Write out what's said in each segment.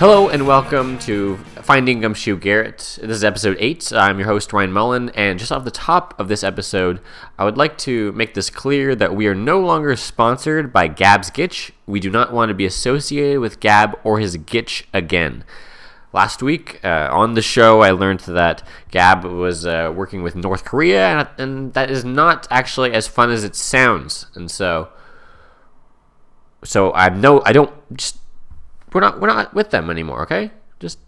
Hello and welcome to Finding Gumshoe Garrett. This is episode 8. I'm your host, Ryan Mullen, and just off the top of this episode, I would like to make this clear that we are no longer sponsored by Gab's Gitch. We do not want to be associated with Gab or his Gitch again. Last week uh, on the show, I learned that Gab was uh, working with North Korea, and, and that is not actually as fun as it sounds. And so, so I'm no, I don't just we're not we're not with them anymore. Okay, just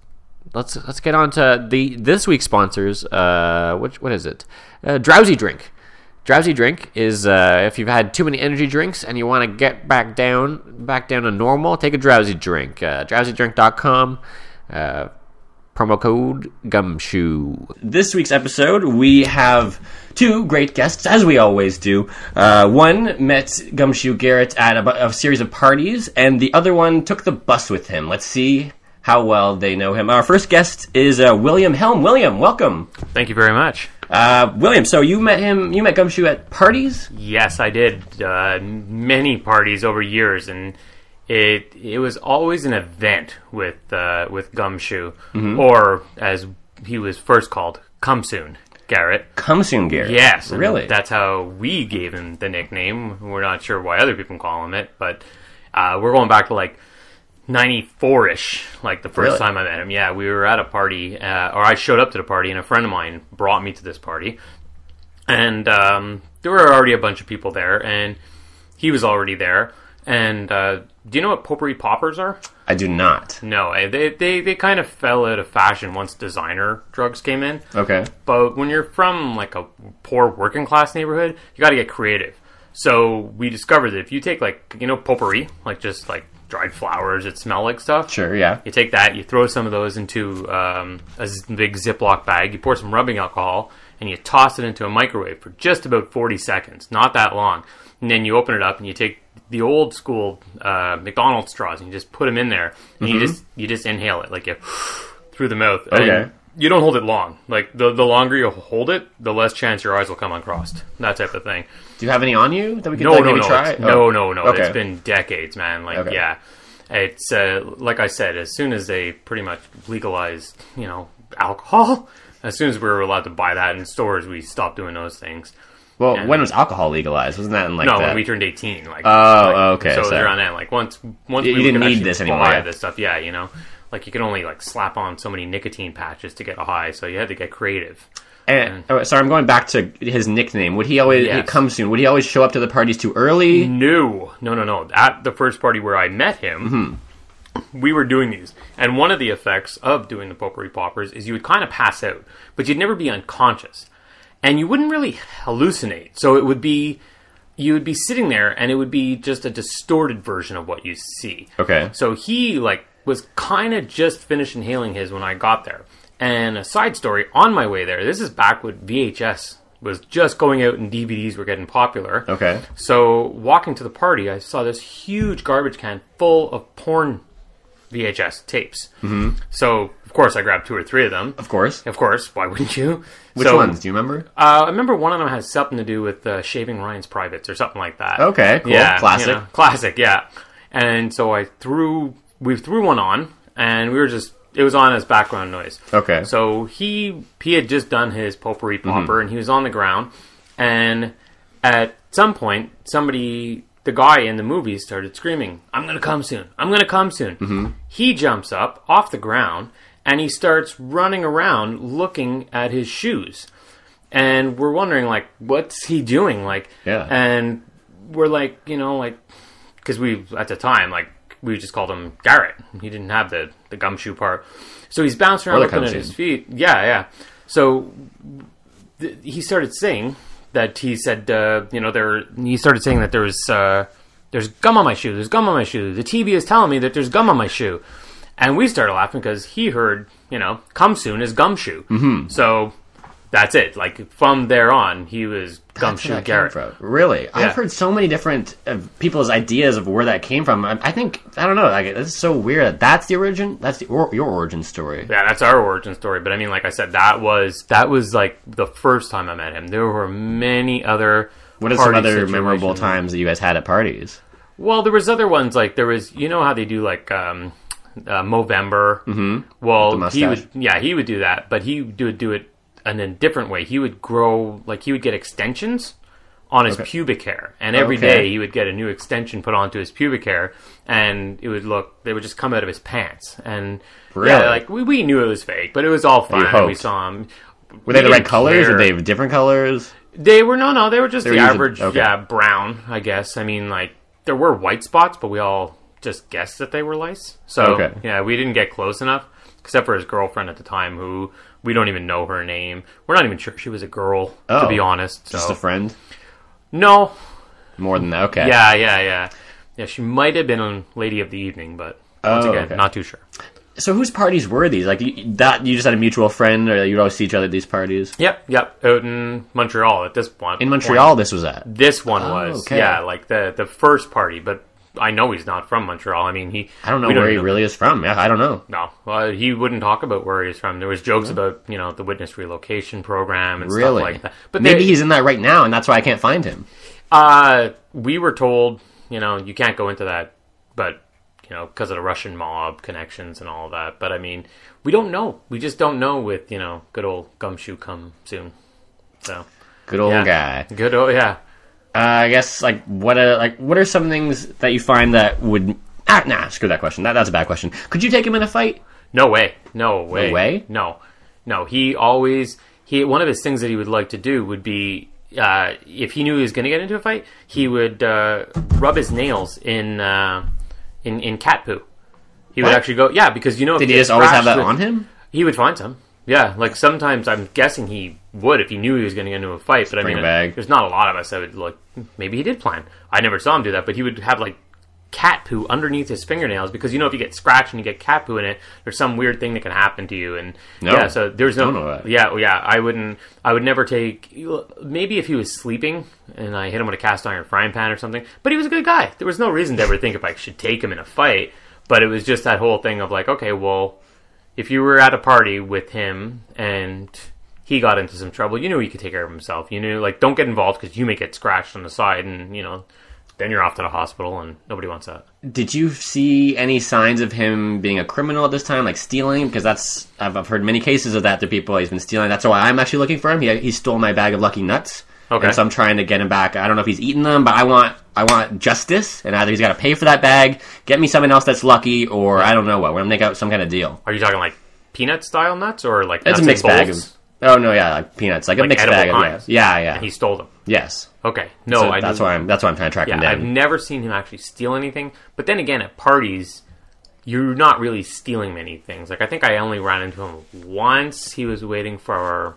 let's let's get on to the this week's sponsors. Uh, which what is it? Uh, Drowsy Drink. Drowsy Drink is uh, if you've had too many energy drinks and you want to get back down back down to normal, take a Drowsy Drink. Uh, drowsydrink.com. Uh, promo code gumshoe this week's episode we have two great guests as we always do uh, one met gumshoe garrett at a, bu- a series of parties and the other one took the bus with him let's see how well they know him our first guest is uh, william helm william welcome Thank you very much. uh, william so you met him you met gumshoe at parties Yes, I did uh, many parties over years, and it it was always an event with uh, with Gumshoe, Mm-hmm. or as he was first called, Come Soon Garrett. come soon garrett Yes, and really That's how we gave him the nickname. We're not sure why other people call him it, but uh, we're going back to like. 94 ish, like the first Really? time I met him. Yeah, we were at a party, uh, or I showed up to the party, and a friend of mine brought me to this party. and um, there were already a bunch of people there, and he was already there. And uh, do you know what potpourri poppers are? i do not No, eh, they, they they kind of fell out of fashion once designer drugs came in. okay But when you're from like a poor working class neighborhood, you got to get creative. So we discovered that if you take like you know potpourri, like just like dried flowers that smell like stuff, sure yeah you take that, you throw some of those into um, a z- big Ziploc bag, you pour some rubbing alcohol, and you toss it into a microwave for just about 40 seconds, not that long. And then you open it up and you take the old school uh, McDonald's straws and you just put them in there, and you just you just inhale it like you through the mouth. And Okay. You don't hold it long. Like the the longer you hold it, the less chance your eyes will come uncrossed. That type of thing. do you have any on you that we could No, like, no, maybe no, try it's- no, Oh. no, no. okay It's been decades, man. Like, Okay. yeah, it's uh, like I said. As soon as they pretty much legalized, you know, alcohol, as soon as we were allowed to buy that in stores, we stopped doing those things. well when was alcohol legalized wasn't that in like No, that when we turned eighteen, like Oh, like, okay, So sorry. they're on that. Like once, once You- we you didn't could need actually this anymore, buy yeah. This stuff, yeah, you know, like you could only like slap on so many nicotine patches to get a high, so you had to get creative. And, oh, sorry, I'm going back to his nickname. Would he always he Yes. come soon? Would he always show up to the parties too early? No, no, no, no. At the first party where I met him, Mm-hmm. we were doing these. And one of the effects of doing the potpourri poppers is you would kind of pass out, but you'd never be unconscious. And you wouldn't really hallucinate. So it would be, you would be sitting there and it would be just a distorted version of what you see. Okay. So he, like, was kind of just finished inhaling his when I got there. And a side story on my way there, this is back when VHS was just going out and DVDs were getting popular. Okay. So walking to the party, I saw this huge garbage can full of porn VHS tapes. Mm-hmm. So of course I grabbed two or three of them. Of course. Of course, why wouldn't you? Which So, ones? Do you remember? Uh, I remember one of them has something to do with uh, shaving Ryan's privates or something like that. Okay, cool. Yeah, Classic. you know, classic. Yeah. And so I threw we threw one on, and we were just it was on as background noise. Okay. Mm-hmm. So he he had just done his potpourri popper, and he was on the ground, and at some point, somebody, the guy in the movie, started screaming, "I'm gonna come soon! I'm gonna come soon!" Mm-hmm. He jumps up off the ground and he starts running around looking at his shoes, and we're wondering like, what's he doing? Like, Yeah. and we're like, you know, like because we at the time like we just called him Garrett. He didn't have the the gumshoe part, so he's bouncing around the looking at gumshoe. his feet. Yeah, yeah. So th- he started saying that he said uh, you know there he started saying that there was uh, there's gum on my shoe. There's gum on my shoe. The TV is telling me that there's gum on my shoe, and we started laughing because he heard you know come soon is gumshoe. Mm-hmm. So. That's it. Like from there on, he was That's where Gumshoe that came Garrett. from. Really, I've Yeah. heard so many different uh, people's ideas of where that came from. I, I think I don't know. Like it's so weird. that That's the origin. That's the or, your origin story. Yeah, that's our origin story. But I mean, like I said, that was that was like the first time I met him. There were many other. What are some party other memorable situations. times that you guys had at parties? Well, there was other ones like there was. You know how they do like um, uh, Movember. Mm-hmm. Well, With the he mustache. would, yeah, he would do that, but he would do it in a different way. He would grow, like he would get extensions on his pubic hair, and every Okay. day he would get a new extension put onto his pubic hair, and it would look they would just come out of his pants, and Really? yeah, like we, we knew it was fake, but it was all fun. and We hoped. saw him. Were they the right colors? Were they different colors? They were no, no. They were just were the usually- average, okay. yeah, brown. I guess. I mean, like there were white spots, but we all just guessed that they were lice. So Okay. yeah, we didn't get close enough, except for his girlfriend at the time, who we don't even know her name. We're not even sure she was a girl, to Oh, be honest. So Just a friend? no, More than that. Okay. yeah, yeah, yeah, yeah. She might have been a lady of the evening, but once Oh, again, okay. not too sure. So whose parties were these? Like you, that you just had a mutual friend, or you'd always see each other at these parties Yep, yep. Out in Montreal at this point. in Montreal. This was at. This one was, Oh, okay. yeah, like the the first party. But I know he's not from Montreal. I mean, he. I don't know we where he even- really is from. Yeah, I don't know. No, well, he wouldn't talk about where he's from. There was jokes about you know the witness relocation program and Really? stuff like that. But But maybe they- he's in that right now, and that's why I can't find him. Uh, we were told you know you can't go into that, but you know because of the Russian mob connections and all that. But I mean, we don't know. We just don't know with you know good old gumshoe come soon. So Good old yeah. guy. Good old yeah. Uh, I guess like what uh like what are some things that you find that would ah nah screw that question that that's a bad question. Could you take him in a fight? No way. No way. way? No. No. He always he one of his things that he would like to do would be uh, if he knew he was going to get into a fight, he would uh, rub his nails in uh, in in cat poo. He would What? actually go, yeah, because you know. Did he just always have that on him? He would find some. Yeah, like sometimes I'm guessing he would if he knew he was going to get into a fight. But I Bring mean, a bag. there's not a lot of us that would like. Maybe he did plan. I never saw him do that, but he would have like cat poo underneath his fingernails because you know if you get scratched and you get cat poo in it, there's some weird thing that can happen to you. And No. yeah, so there's no. Don't know that. Yeah, yeah. I wouldn't. I would never take. Maybe if he was sleeping and I hit him with a cast iron frying pan or something. But he was a good guy. There was no reason to ever think if I should take him in a fight. But it was just that whole thing of like, okay, well, if you were at a party with him and he got into some trouble, you knew he could take care of himself. You knew like don't get involved because you may get scratched on the side, and you know, then you're off to the hospital, and nobody wants that. Did you see any signs of him being a criminal at this time, like stealing? Because that's I've, I've heard many cases of that to people. He's been stealing. That's why I'm actually looking for him. He, he stole my bag of lucky nuts. Okay. And so I'm trying to get him back. I don't know if he's eaten them, but I want I want justice. And either he's got to pay for that bag, get me someone else that's lucky, or I don't know what. We're gonna make out some kind of deal. Are you talking like peanut style nuts or like It's nuts a and mixed bag. bolts? Of, oh no, yeah, like peanuts, like, a Like mixed edible bag. Of, kinds. yeah, yeah, He stole them. yes. Okay, no, So I that's didn't- why I'm that's why I'm trying to track him Yeah, I've down. never seen him actually steal anything. But then again, at parties, you're not really stealing many things. Like I think I only ran into him once. He was waiting for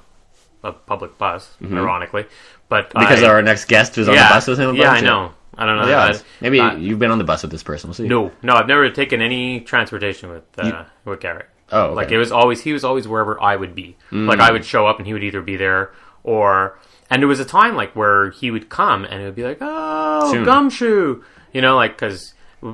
a public bus, ironically, but Mm-hmm. because I, our next guest was on the bus with him. a Yeah, bunch, I know. I don't know. Yeah, Uh, I- maybe I- you've been on the bus with this person. We'll see. no, no, I've never taken any transportation with uh, with Garrett. Oh, okay. Mm. Like it was always he was always wherever I would be. Like I would show up and he would either be there or and there was a time like where he would come and it would be like oh Soon. gumshoe, you know, like because.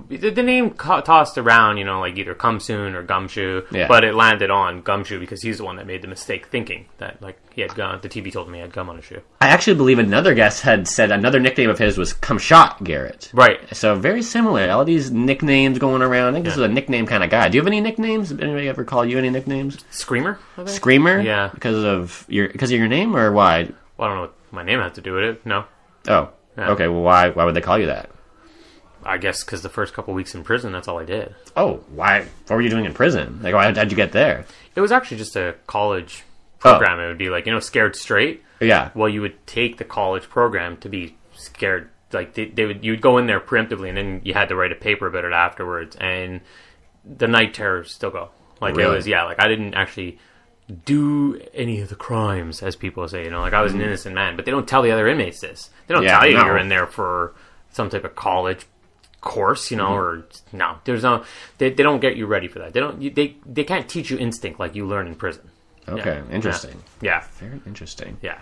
The, the name co- tossed around, you know, like either come soon or gumshoe, Yeah. but it landed on gumshoe because he's the one that made the mistake thinking that like he had gum. The TV told him he had gum on his shoe. I actually believe another guest had said another nickname of his was "Come Shot Garrett." Right. So very similar. All these nicknames going around. I think this is a nickname kind of guy. Do you have any nicknames? Did Anybody ever call you any nicknames? Screamer? I think? Screamer. Yeah. Because of your because of your name or why? Well, I don't know what my name had to do with it. No. Oh, okay. Well, why why would they call you that? I guess because the first couple weeks in prison, that's all I did. Oh, why? What were you doing in prison? Like, why, how'd you get there? It was actually just a college program. It would be like, you know, scared straight. Yeah. Well, you would take the college program to be scared. Like they, they would, you'd go in there preemptively, and then you had to write a paper about it afterwards. And the night terrors still go. Like it Really? was, yeah. Like I didn't actually do any of the crimes, as people say. You know, like I was an innocent man, but they don't tell the other inmates this. They don't Hmm. Yeah, tell you no. you're in there for some type of college course, you know, Hmm. or no, there's no, they, they don't get you ready for that. They don't, you, they, they can't teach you instinct like you learn in prison. Okay. Interesting. Yeah. Very interesting. Yeah.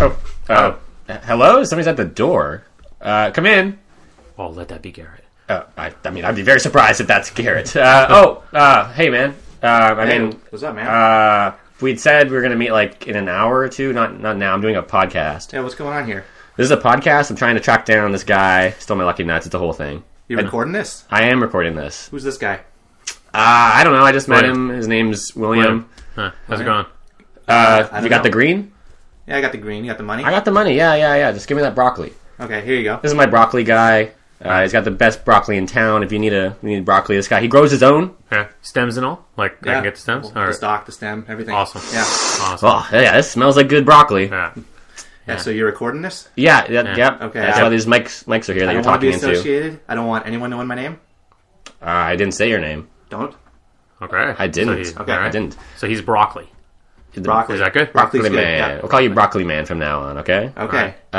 Oh, uh, hello. Somebody's at the door. Uh, come in. Oh, let that be Garrett. Uh, I, I mean, I'd be very surprised if that's Garrett. Uh, oh, uh, hey, man. Uh, I mean, what's up, man? uh, we'd said we were gonna meet like in an hour or two. Not not now. I'm doing a podcast. yeah, what's going on here? This is a podcast. I'm trying to track down this guy. Stole my lucky nuts. It's the whole thing. You recording this? I am recording this. Uh, Who's this guy? I don't know. I just met Right. him. His name's William. Huh, how's it going? Uh, don't you got know. the green? Yeah, I got the green. You got the money. I got the money. Yeah, yeah, yeah. Just give me that broccoli. Okay, here you go. This is my broccoli guy. Uh, he's got the best broccoli in town. If you need a, you need broccoli. This guy, he grows his own. Yeah. Stems and all? Like, I Yeah. can get the stems? All The right. stock, the stem, everything. Awesome. Yeah. Awesome. Oh yeah, this smells like good broccoli. Yeah. Yeah. So you're recording this? Yeah, yeah, Yeah. yep. Okay, That's I- why these mics mics are here that I you're don't want talking to be into. associated. I don't want anyone knowing my name. Uh, I didn't say your name. Don't. Okay. I didn't. So he- Okay. all right. I didn't. So he's broccoli. The Broccoli. Is that good? Broccoli's broccoli good. man. Yeah. We'll call you broccoli man from now on. Okay. Okay. Alright. Uh,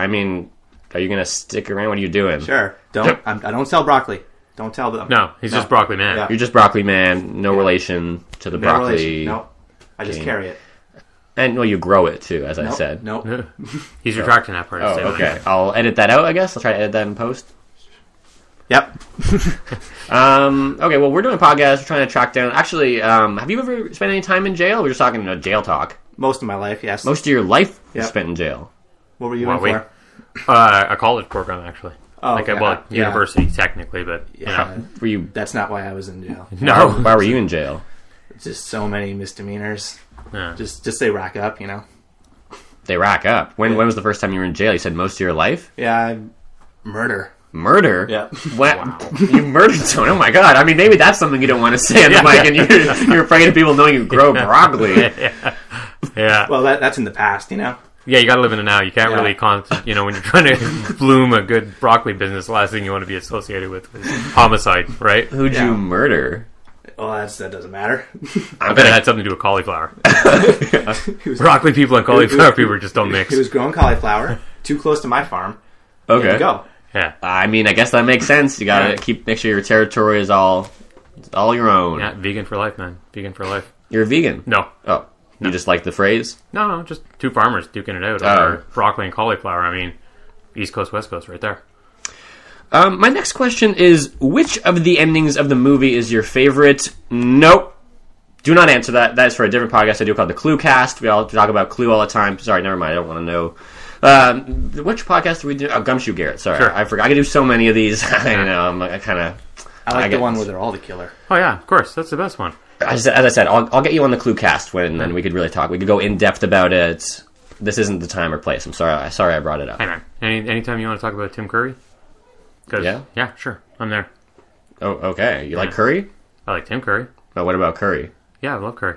I mean, are you gonna stick around? What are you doing? Sure. Don't. I'm, I don't sell broccoli. Don't tell them. No, he's No. just broccoli man. Yeah. You're just broccoli man. No relation to the No broccoli. relation. No. I just game. carry it. And well, you grow it too, as I Nope. said. Nope. He's retracting that part. of the Oh, statement. okay. I'll edit that out. I guess I'll try to edit that in post. Yep. Um, okay. Well, we're doing a podcast. We're trying to track down. Actually, um, have you ever spent any time in jail? We're just talking you know, jail talk. Most of my life, yes. Most of your life Yep. was spent in jail. what were you Well, in we- for? Uh, a college program, actually. Oh, like, yeah, a, well, yeah. university, technically, but, you Yeah. know. Were you? That's not why I was in jail. Why, No. why were you in jail? just so many misdemeanors. Yeah. Just, just they rack up, you know. They rack up. When when was the first time you were in jail? You said most of your life. Yeah. I- Murder. Murder. Yep. What? Wow. You murdered someone. Oh my god. I mean, maybe that's something you don't want to say on the Yeah. mic, and you're, you're afraid of people knowing you grow broccoli. yeah. Well, that, that's in the past, you know. Yeah, you gotta live in the now. You can't Yeah. really, con- you know, when you're trying to bloom a good broccoli business, the last thing you want to be associated with is homicide, right? Who'd Yeah. you murder? Well, that's, that doesn't matter. I bet it had something to do with cauliflower. He was- Broccoli people and cauliflower people just don't mix. It was growing cauliflower too close to my farm. Okay. There you go. Yeah, I mean, I guess that makes sense. You gotta Yeah. keep make sure your territory is all it's all your own. yeah, vegan for life, man. Vegan for life. You're a vegan. No, Oh, you just like the phrase? no, no, just two farmers duking it out Oh. over broccoli and cauliflower. I mean, East Coast, West Coast, right there. Um, my next question is: Which of the endings of the movie is your favorite? Nope. Do not answer that. That is for a different podcast I do called the Clue Cast. We all talk about Clue all the time. Sorry, never mind. I don't want to know. Um, which podcast do we do? Oh, Gumshoe Garrett. Sorry, Sure. I forgot. I can do so many of these. I know. I'm like, I kind of. I like I the get- one where they're all the killer. Oh yeah, of course, that's the best one. As, as I said, I'll, I'll get you on the Clue Cast when and we could really talk. We could go in depth about it. This isn't the time or place. I'm sorry. I sorry I brought it up. Hey man, any anytime you want to talk about Tim Curry, 'Cause- Yeah? yeah, sure, I'm there. Oh, okay. You like curry? I like Tim Curry. But what about curry? Yeah, I love curry.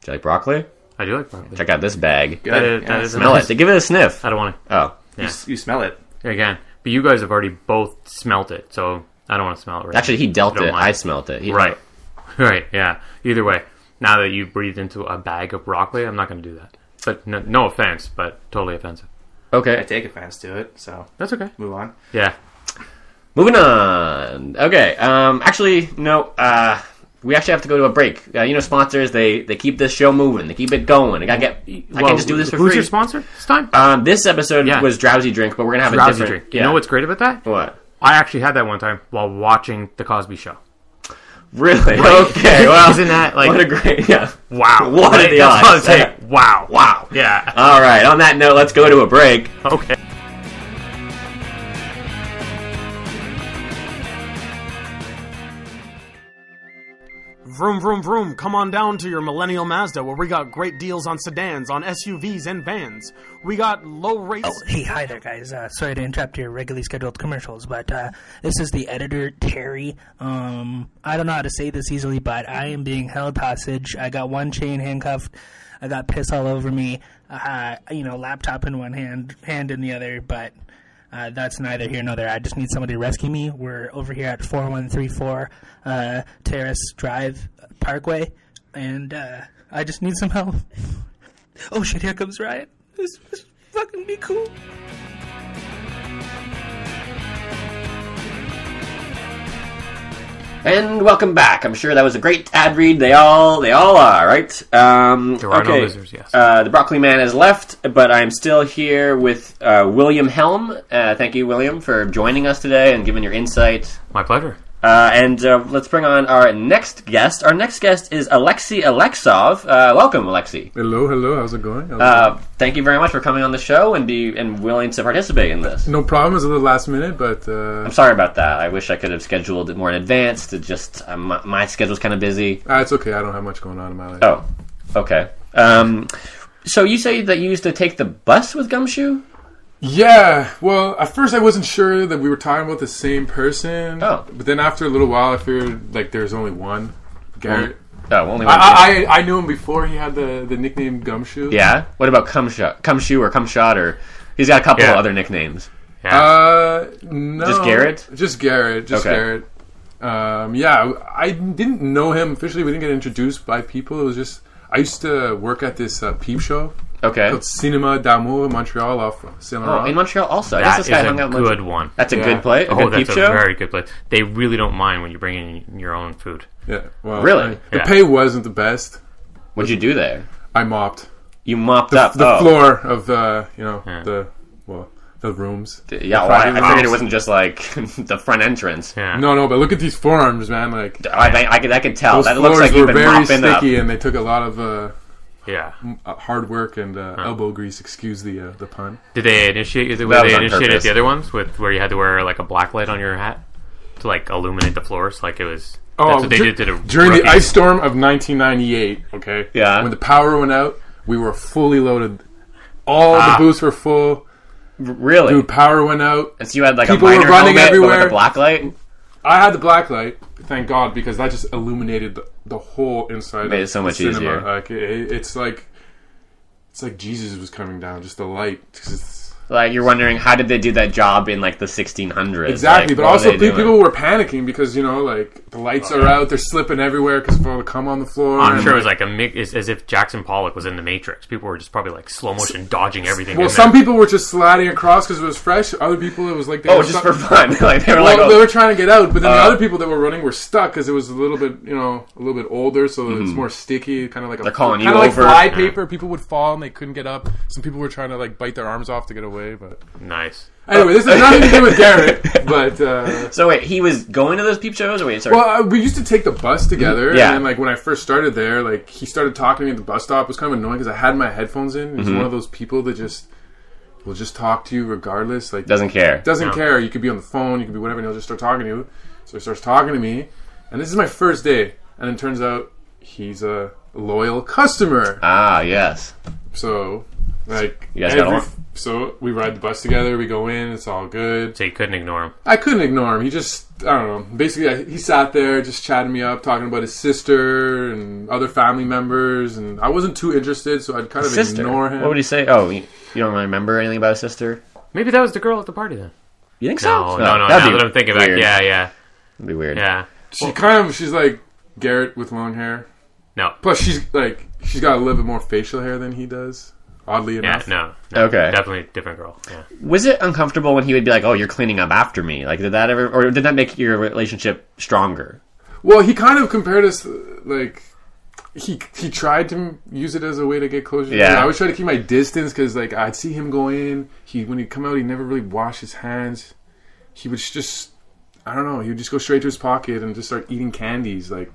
Do you like broccoli? I do like broccoli. Check out this bag. Good. That is- Yeah, that is Smell nice- it. Give it a sniff. I don't want to. Oh, you, s- you smell it. again. But you guys have already both smelt it, so I don't want to smell it. Right actually, he dealt Don't it. mind. I smelt it. He- right, right, yeah. Either way, now that you breathed into a bag of broccoli, I'm not going to do that. But no, no offense, but totally offensive. I Okay. take offense to it, so That's okay. move on. Yeah, Moving on. Okay. Um. Actually, no. Uh. We actually have to go to a break. Uh, you know, sponsors they they keep this show moving. They keep it going. I gotta get. I Well, can just do this for Who's free. your sponsor this time? um. This episode Yeah. was drowsy drink, but we're gonna have a Rousey different. drink. You know what's great about that? What? I actually had that one time while watching The Cosby Show. Really? Okay. Well, Isn't that like what a great. Yeah. wow? what are Right? the That's odds? What I'm saying. wow. Wow. Yeah. All right. On that note, let's go to a break. Okay. Vroom, vroom, vroom. Come on down to your Millennial Mazda where we got great deals on sedans, on SUVs, and vans. We got low rates. Oh, hey, hi there, guys. Uh, sorry to interrupt your regularly scheduled commercials, but uh, this is the editor, Terry. Um, I don't know how to say this easily, but I am being held hostage. I got one chain handcuffed. I got piss all over me. Uh, you know, laptop in one hand, hand in the other, but uh, that's neither here nor there. I just need somebody to rescue me. We're over here at 4134 uh, Terrace Drive Parkway, and uh, I just need some help. Oh shit, here comes Ryan. This, this fucking be cool. And welcome back. I'm sure that was a great ad read. They all they all are, right? Um, There are no okay. losers, yes. Uh, the broccoli man has left, but I'm still here with uh, William Helm. Uh, thank you, William, for joining us today and giving your insight. My pleasure. Uh, and uh, let's bring on our next guest. Our next guest is Alexei Alexov. Uh, welcome, Alexei. Hello, hello. How's it going? How's it Uh, thank you very much for coming on the show and be and willing to participate in this. going? no problem. It's a little last minute, but uh, I'm sorry about that. I wish I could have scheduled it more in advance. To just uh, my, my schedule's kind of busy. ah, it's okay. I don't have much going on in my life. Oh, okay. Um, so you say that you used to take the bus with Gumshoe? Yeah. Well, at first I wasn't sure that we were talking about the same person. Oh. But then after a little while, I figured like there's only one Garrett. No, Oh, only one. I, I I knew him before he had the, the nickname Gumshoe. yeah. What about Cumshot, Cumshoe, or Cumshot, or he's got a couple Yeah. other nicknames. Uh, no. Just Garrett? Just Garrett. Just Okay. Garrett. Um, yeah, I didn't know him officially. We didn't get introduced by people. It was just I used to work at this uh, peep show Okay. called Cinema d'Amour in Montreal off Saint Oh, Laurent. in Montreal also. I That guess is this guy a hung out in Montreal. good one. That's a Yeah. good play. A Oh, good peep that's a show. very good place. They really don't mind when you bring in your own food. yeah, well, Really? I- the Yeah. pay wasn't the best. What'd you do there? I mopped You mopped up the oh. floor of uh, you know Yeah. the well the rooms. Yeah, The well, I, private I figured it rooms. wasn't just like the front entrance. Yeah. No, no, but look at these forearms, man. Like I, think- I, could, I could tell. those Oh, That looks floors like you've were been very mopping up. sticky, and they took a lot of uh, Yeah. uh, hard work and uh, elbow grease. Excuse the uh, the pun. Did they initiate? Is it That where was they on initiated purpose. the other ones with where you had to wear like a black light on your hat to like illuminate the floors? Like it was. that's what they dur- did to the Oh, during the rookies. ice storm of 1998. Okay, Yeah. When the power went out, we were fully loaded. All Ah. the booths were full. Really? Dude, power went out. and so you had like people a were minor running helmet, but with a everywhere. black light? I had the black light, thank God, because that just illuminated the, the whole inside. Made of it so the much cinema. easier. Like it, it's like it's like Jesus was coming down, just the light. 'Cause it's- Like, you're wondering, how did they do that job in like the 1600s? Exactly, Like, but what were also they pe- doing? people were panicking because you know, like the lights are out, they're slipping everywhere because of all the cum on the floor. I'm and, sure it was like a mix, as, as if Jackson Pollock was in the Matrix. People were just probably like slow motion dodging everything. Well, in some there. people were just sliding across because it was fresh. Other people, it was like they Oh, were just for stuck- fun. like, they were Well, like, they oh, were trying to get out, but then the Uh, other people that were running were stuck because it was a little bit, you know, a little bit older, so it's more sticky, kind of like a Mm-hmm. They're calling kinda you like over. fly paper. People would fall and they couldn't get up. Some people were trying to like bite their arms off to get away, but nice. anyway, this has nothing to do with Garrett. But uh, So wait, he was going to those peep shows? Or wait, sorry. well, uh, we used to take the bus together, Mm-hmm. Yeah. and then, like when I first started there, like he started talking to me at the bus stop. It was kind of annoying because I had my headphones in. Mm-hmm. He's one of those people that just will just talk to you regardless. Like Doesn't care. doesn't No. care. You could be on the phone, you could be whatever, and he'll just start talking to you. So he starts talking to me, and this is my first day. And it turns out he's a loyal customer. ah, yes. So, like, You guys got along? so we ride the bus together. We go in. It's all good. So you couldn't ignore him. I couldn't ignore him. He just, I don't know. Basically, I, he sat there just chatting me up, talking about his sister and other family members, and I wasn't too interested, so I'd kind of Sister. ignore him. What would he say? Oh, you, you don't remember anything about his sister? Maybe that was the girl at the party then. You think so? Oh, No, no, no. that'd Now be that I'm thinking weird. back, yeah, yeah, That'd be weird. yeah. she kind of, she's like Garrett with long hair. No, Plus, she's like she's got a little bit more facial hair than he does. Oddly yeah, enough, no, no. Okay. definitely a different girl. Yeah. Was it uncomfortable when he would be like, "Oh, you're cleaning up after me"? Like, did that ever, or did that make your relationship stronger? Well, he kind of compared us uh, like he he tried to m- use it as a way to get closer. to Yeah. me. I always try to keep my distance because like I'd see him go in. He when he'd come out, he never really washed his hands. He would just I don't know. He would just go straight to his pocket and just start eating candies. Like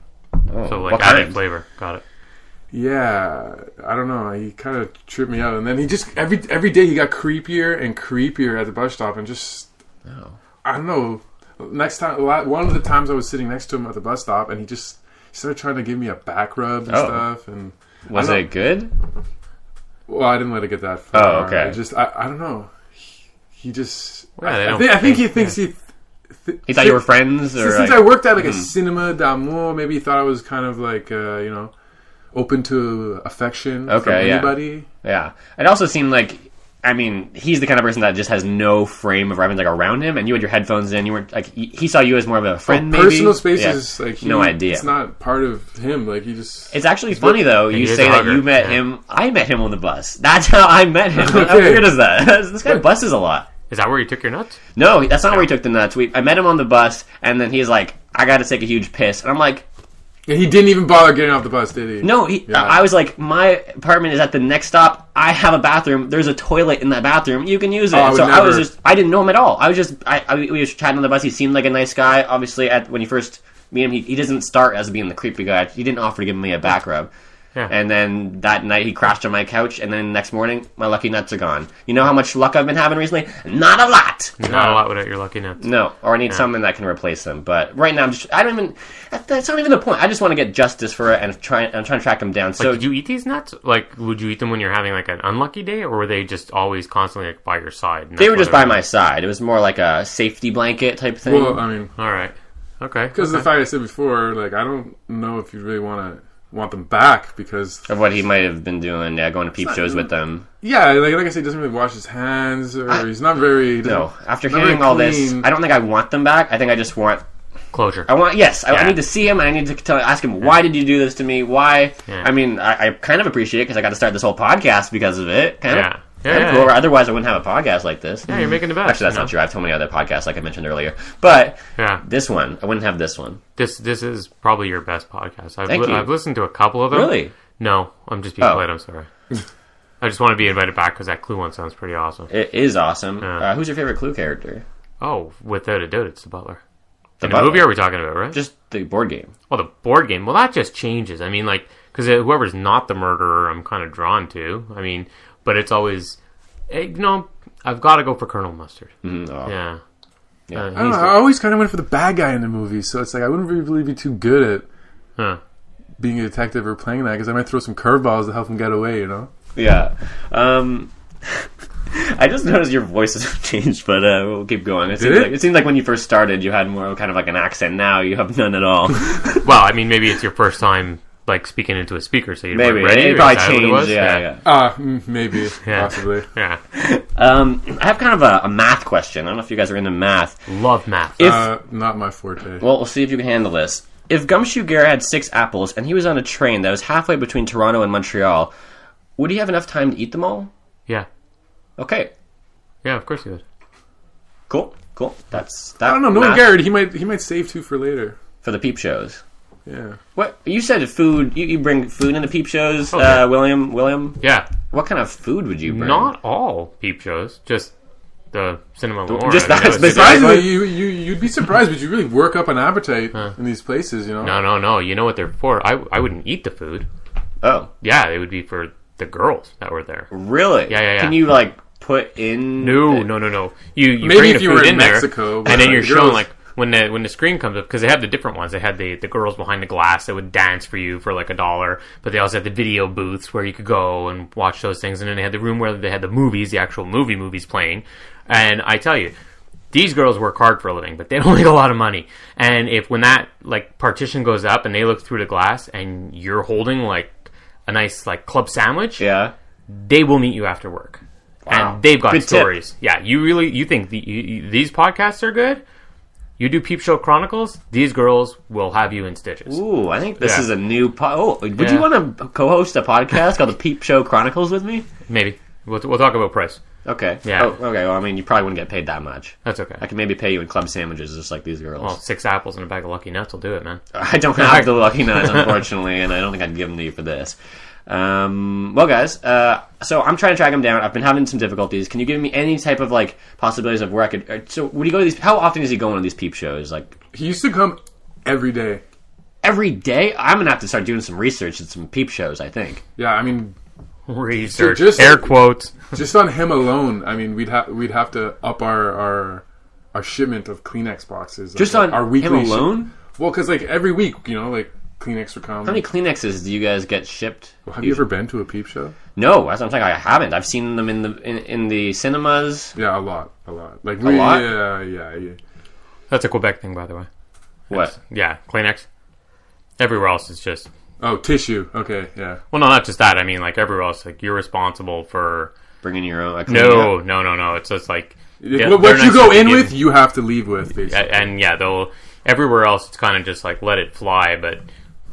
Oh, So what like added kind? flavor. Got it. yeah, I don't know. He kind of tripped me out, and then he just every every day he got creepier and creepier at the bus stop, and just Oh. I don't know. Next time, la- one of the times I was sitting next to him at the bus stop, and he just started trying to give me a back rub and Oh. stuff. And Was I don't- it good? well, I didn't let it get that far. Oh, okay. I just I, I don't know. He, he just Yeah, they I, I, don't- think, I think he thinks he. Th- He thought you were friends, or Since, like, since I worked at like a Hmm. cinema d'amour, maybe he thought I was kind of like uh, you know open to affection from Okay, yeah. anybody. yeah. It also seemed like, I mean, he's the kind of person that just has no frame of reference like around him, and you had your headphones in. You weren't like he, he saw you as more of a friend. maybe? Personal space Yeah. is like he, no idea. It's not part of him. Like he just It's actually funny though. You he is say a that hugger, you met yeah. him. I met him on the bus. That's how I met him. How Okay. weird is that? this guy buses a lot. Is that where you took your nuts? No, that's not where he took the nuts. We, I met him on the bus, and then he's like, "I got to take a huge piss," and I'm like, and he didn't even bother getting off the bus, did he? "No." He, Yeah. I was like, "My apartment is at the next stop. I have a bathroom. There's a toilet in that bathroom. You can use it. Oh, I would so I was never- just, I didn't know him at all. I was just, I, I we were chatting on the bus. He seemed like a nice guy. Obviously, at when you first meet him, he, he doesn't start as being the creepy guy. He didn't offer to give me a back rub. And then that night he crashed on my couch, and then next morning my lucky nuts are gone. You know how much luck I've been having recently? Not a lot. Not a lot without your lucky nuts. No, or I need someone that can replace them. But right now, I'm just, I don't even. that- That's not even the point. I just want to get justice for it, and try. I'm trying to track him down. Like, So did you eat these nuts? Like, would you eat them when you're having like an unlucky day, or were they just always constantly like by your side? and they that's were just why by my side. It was more like a safety blanket type thing. Well, uh, I mean, they- All right. Okay. because the fact I said before, like I don't know if you really want to want them back because of what he might have been doing, yeah, going to peep shows with them. yeah, like, like I said, he doesn't really wash his hands or he's not very he doesn't- No, after not hearing very all this, clean. I don't think I want them back. I think I just want. Closure. I want yes. I, I Yeah. need to see him. and I need to tell, ask him why did you do this to me? Why? Yeah. I mean, I, I kind of appreciate it because I got to start this whole podcast because of it. Kind Yeah. of. Yeah, Kind of yeah, cool. yeah. Otherwise, I wouldn't have a podcast like this. Yeah, you're making the best. Actually, that's you know? not true. I have so many other podcasts, like I mentioned earlier. But Yeah. this one, I wouldn't have this one. This this is probably your best podcast. I've, Thank li- you. I've listened to a couple of them. Really? No, I'm just being Oh. polite. I'm sorry. I just want to be invited back because that clue one sounds pretty awesome. It is awesome. Yeah. Uh, who's your favorite Clue character? Oh, without a doubt, it's the butler. The In butler. the movie are we talking about, right? Just the board game. well, the board game. Well, that just changes. I mean, like, because whoever's not the murderer, I'm kind of drawn to. I mean, but it's always, eh, you know, I've got to go for Colonel Mustard. Mm, oh. Yeah. Uh, Yeah. I don't know. I always kind of went for the bad guy in the movie, so it's like I wouldn't really, really be too good at huh. being a detective or playing that because I might throw some curveballs to help him get away. You know, Yeah. Um, I just noticed your voices have changed, but uh, we'll keep going. It seems, it? like, it seems like when you first started, you had more of kind of like an accent. Now you have none at all. Well, I mean, maybe it's your first time like speaking into a speaker, so you weren't Maybe ready. it Is probably that what it changed. was? yeah, yeah. ah, mm, maybe, Yeah. possibly. yeah. Um, I have kind of a, a math question. I don't know if you guys are into math. Love math. If Uh, not my forte. Well, we'll see if you can handle this. If Gumshoe Garrett had six apples and he was on a train that was halfway between Toronto and Montreal, would he have enough time to eat them all? yeah. Okay, Yeah, of course you would. cool, cool. That's that. I don't know. Knowing math Garrett, he might he might save two for later. for the peep shows. Yeah. What you said? Food. You, you bring food into peep shows, Oh, yeah. uh, William. William. Yeah. What kind of food would you bring? Not all peep shows, just the cinema. Lenore. just I that's mean, that was- basi- Surprisingly, you, you you'd be surprised, but you really work up an appetite in these places. You know. No, no, no. You know what they're for. I, I wouldn't eat the food. Oh, Yeah, it would be for the girls that were there. really? Yeah, yeah, yeah. Can you like put in? No, no, no, no. You, you Maybe bring if the you food were in, in there, Mexico, but uh, and then the you're showing girls- like when the when the screen comes up because they have the different ones. They had the the girls behind the glass that would dance for you for like a dollar, but they also had the video booths where you could go and watch those things, and then they had the room where they had the movies, the actual movie movies playing. And I tell you, these girls work hard for a living, but they don't make a lot of money. And if when that like partition goes up and they look through the glass and you're holding like a nice like club sandwich, Yeah. they will meet you after work, and they've got Good tip. stories. Yeah, you really you think the, you, you- these podcasts are good? You do Peep Show Chronicles. These girls will have you in stitches. Ooh, I think this Yeah. is a new. Po- oh, would you Yeah. want to co-host a podcast called the Peep Show Chronicles with me? Maybe we'll, we'll talk about price. Okay. Yeah. Oh, okay. Well, I mean, you probably wouldn't get paid that much. That's okay. I could maybe pay you in club sandwiches, just like these girls. well, six apples and a bag of Lucky Nuts will do it, man. Uh, I don't have the lucky nuts, unfortunately, and I don't think I'd give them to you for this. Um, well, guys, uh, so I'm trying to track him down. I've been having some difficulties. Can you give me any type of like possibilities of where I could? uh, So, would he go to these? How often is he going to these peep shows? Like He used to come every day. every day? I'm gonna have to start doing some research at some peep shows. I think. Yeah, I mean, Research, So just- air quotes. just on him alone, I mean, we'd have we'd have to up our our our shipment of Kleenex boxes. Just Like, on our him weekly ship- alone. well, because like every week, you know, like Kleenex would come. How many Kleenexes do you guys get shipped? have you ever been to a peep show? No, that's what I'm saying. I haven't. I've seen them in the in, in the cinemas. Yeah, a lot, a lot. Like we, lot? Yeah, yeah, yeah. That's a Quebec thing, by the way. What? Yeah, Kleenex. Everywhere else is just Oh, tissue. Okay, yeah. well, no, not just that. I mean, like everywhere else, like you're responsible for. Bringing your own. Like, No, no, no, no. It's just like Like, Yeah, what they're what you nice go to in give- with, you have to leave with. Basically. A- and yeah, though everywhere else it's kind of just like let it fly. But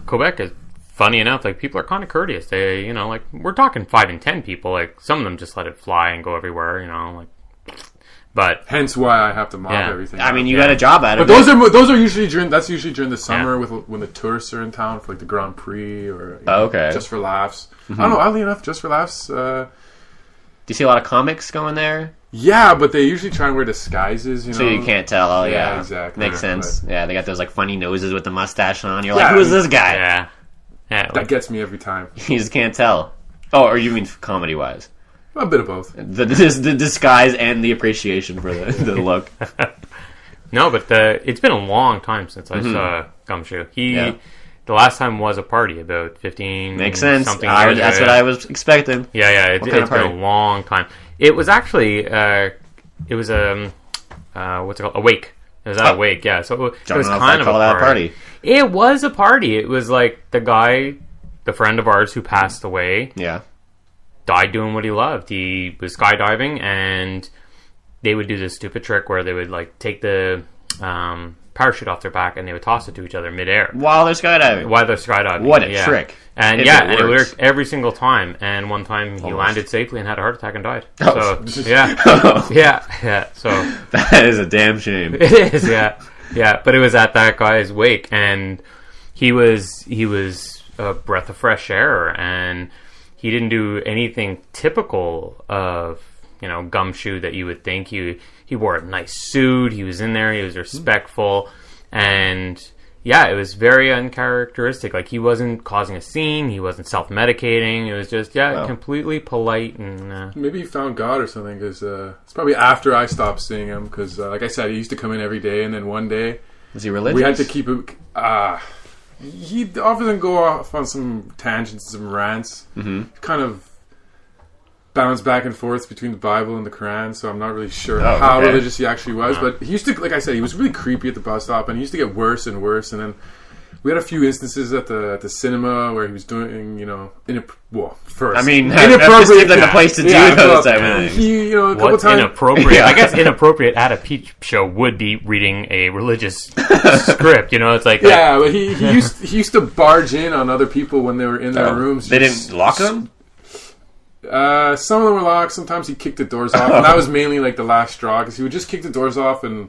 Quebec is funny enough; like people are kind of courteous. They, you know, like we're talking five and ten people. Like some of them just let it fly and go everywhere. You know, like but Hence why I have to mop Yeah. everything. I mean, you got a job out of But it. those are mo- those are usually during that's usually during the summer with when the tourists are in town for like the Grand Prix or you know, Oh, okay. Mm-hmm. just for laughs. I don't know. Oddly enough, just for laughs, uh, Do you see a lot of comics going there? Yeah, but they usually try and wear disguises. You know, So you can't tell. Oh, Yeah, yeah, exactly. Makes sense. But- Yeah, they got those like funny noses with the mustache on. You're Yeah. like, who's this guy? Yeah. Yeah. That gets me every time. You just can't tell. Oh, or you mean comedy wise? A bit of both. The, the the disguise and the appreciation for the, the look. No, but the it's been a long time since I saw Gumshoe. He Mm-hmm. Yeah. the last time was a party about fifteen. Mm, Makes sense. Something I- years that's ago. what I was expecting. Yeah, yeah. It, What kind it's of been a party? long time. It was actually uh, it was um, uh, what's it called? Awake. It was at Awake. Yeah. So it, Don't was know if kind I of a call that a party. party. It was a party. It was like the guy, the friend of ours who passed away, Yeah. died doing what he loved. He was skydiving, and they would do this stupid trick where they would like take the um, parachute off their back and they would toss it to each other midair While they're skydiving. while they're skydiving. What a yeah. trick. And If yeah, it and it works. worked every single time. And one time he landed safely and had a heart attack and died. Oh, So yeah, yeah, yeah. So that is a damn shame. it is, yeah, yeah. But it was at that guy's wake, and he was he was a breath of fresh air, and he didn't do anything typical of you know gumshoe that you would think. He he wore a nice suit. He was in there. He was respectful, and yeah, it was very uncharacteristic. Like he wasn't causing a scene. He wasn't self medicating. It was just yeah, completely polite and uh, Maybe he found God or something because uh, it's probably after I stopped seeing him because, uh, like I said, he used to come in every day, and then one day Was he religious? we had to keep him. Uh, he'd often go off on some tangents, some rants, mm-hmm. kind of bounce back and forth between the Bible and the Quran. So I'm not really sure Oh, how okay. religious he actually was, but he used to, like I said, he was really creepy at the bus stop, and he used to get worse and worse, and then. We had a few instances at the at the cinema where he was doing, you know, in well, first. I mean, that- that just inappropriate. seems like a place to do those type of things. He, you know, a couple What's times. inappropriate? Yeah. I guess inappropriate at a peach show would be reading a religious script. You know, it's like Yeah, but he, he used he used to barge in on other people when they were in their Oh. rooms. They just- didn't lock him? Uh, some of them were locked. Sometimes he kicked the doors off, Oh. and that was mainly like the last straw because he would just kick the doors off and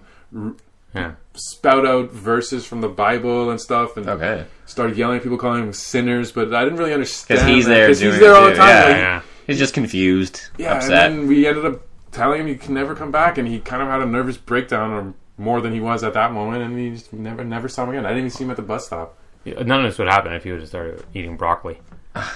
Yeah. spout out verses from the Bible and stuff, and Okay. started yelling at people, calling them sinners. But I didn't really understand 'Cause he's that, there 'cause doing he's there it all the too, time. yeah, like, yeah. He's just confused, yeah, upset. and then we ended up telling him he can never come back, and he kind of had a nervous breakdown, or more than he was at that moment, and he just never never saw him again. I didn't even see him at the bus stop. None of this would happen if you would have started eating broccoli.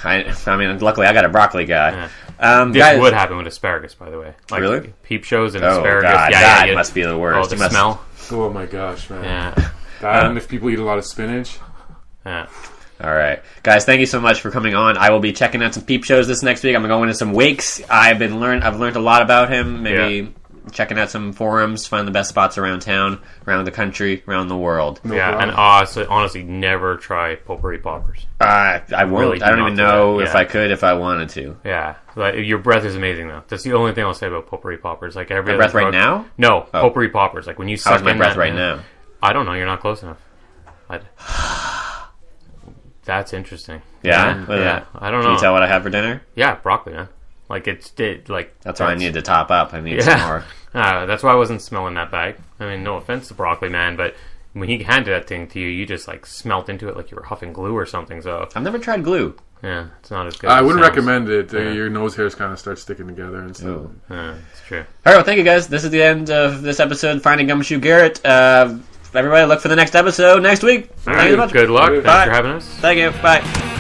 I, I mean, luckily I got a broccoli guy. Um, This guys- would happen with asparagus, by the way. Like Really? Peep shows and Oh, asparagus. God, yeah, that yeah, you- must be the Oh, worst. the It must- smell. Oh my gosh, man! Yeah, Uh, That, and if people eat a lot of spinach, yeah. All right, guys, thank you so much for coming on. I will be checking out some peep shows this next week. I'm going to some wakes. I've been learn. I've learned a lot about him. Maybe checking out some forums, find the best spots around town, around the country, around the world. yeah. And honestly, honestly, never try potpourri poppers. Uh, I won't. Really do I don't not even do know that, if yeah. I could, if I wanted to. Yeah, like, your breath is amazing though. That's the only thing I'll say about potpourri poppers. Like every My other breath right drug- now? No, Oh. potpourri poppers. Like when you suck How's my in breath that- right yeah. now? I don't know. You're not close enough. I, that's interesting. Yeah? Look at that. I don't know. Can you tell what I had for dinner? Yeah, broccoli, man. Like it's did like That's why I need to top up. I need some Yeah. more. Uh, that's why I wasn't smelling that bag. I mean, no offense to broccoli, man, but when he handed that thing to you, you just like smelt into it like you were huffing glue or something. So I've never tried glue. yeah, it's not as good. I as it wouldn't sounds. recommend it. Uh, Your nose hairs kind of start sticking together and stuff. Ooh. Uh, it's true. All right, well, thank you guys. This is the end of this episode, Finding Gumshoe Garrett. Uh, everybody, look for the next episode next week. All thank you right, much. good luck. Thanks Bye. for having us. Thank you. Bye.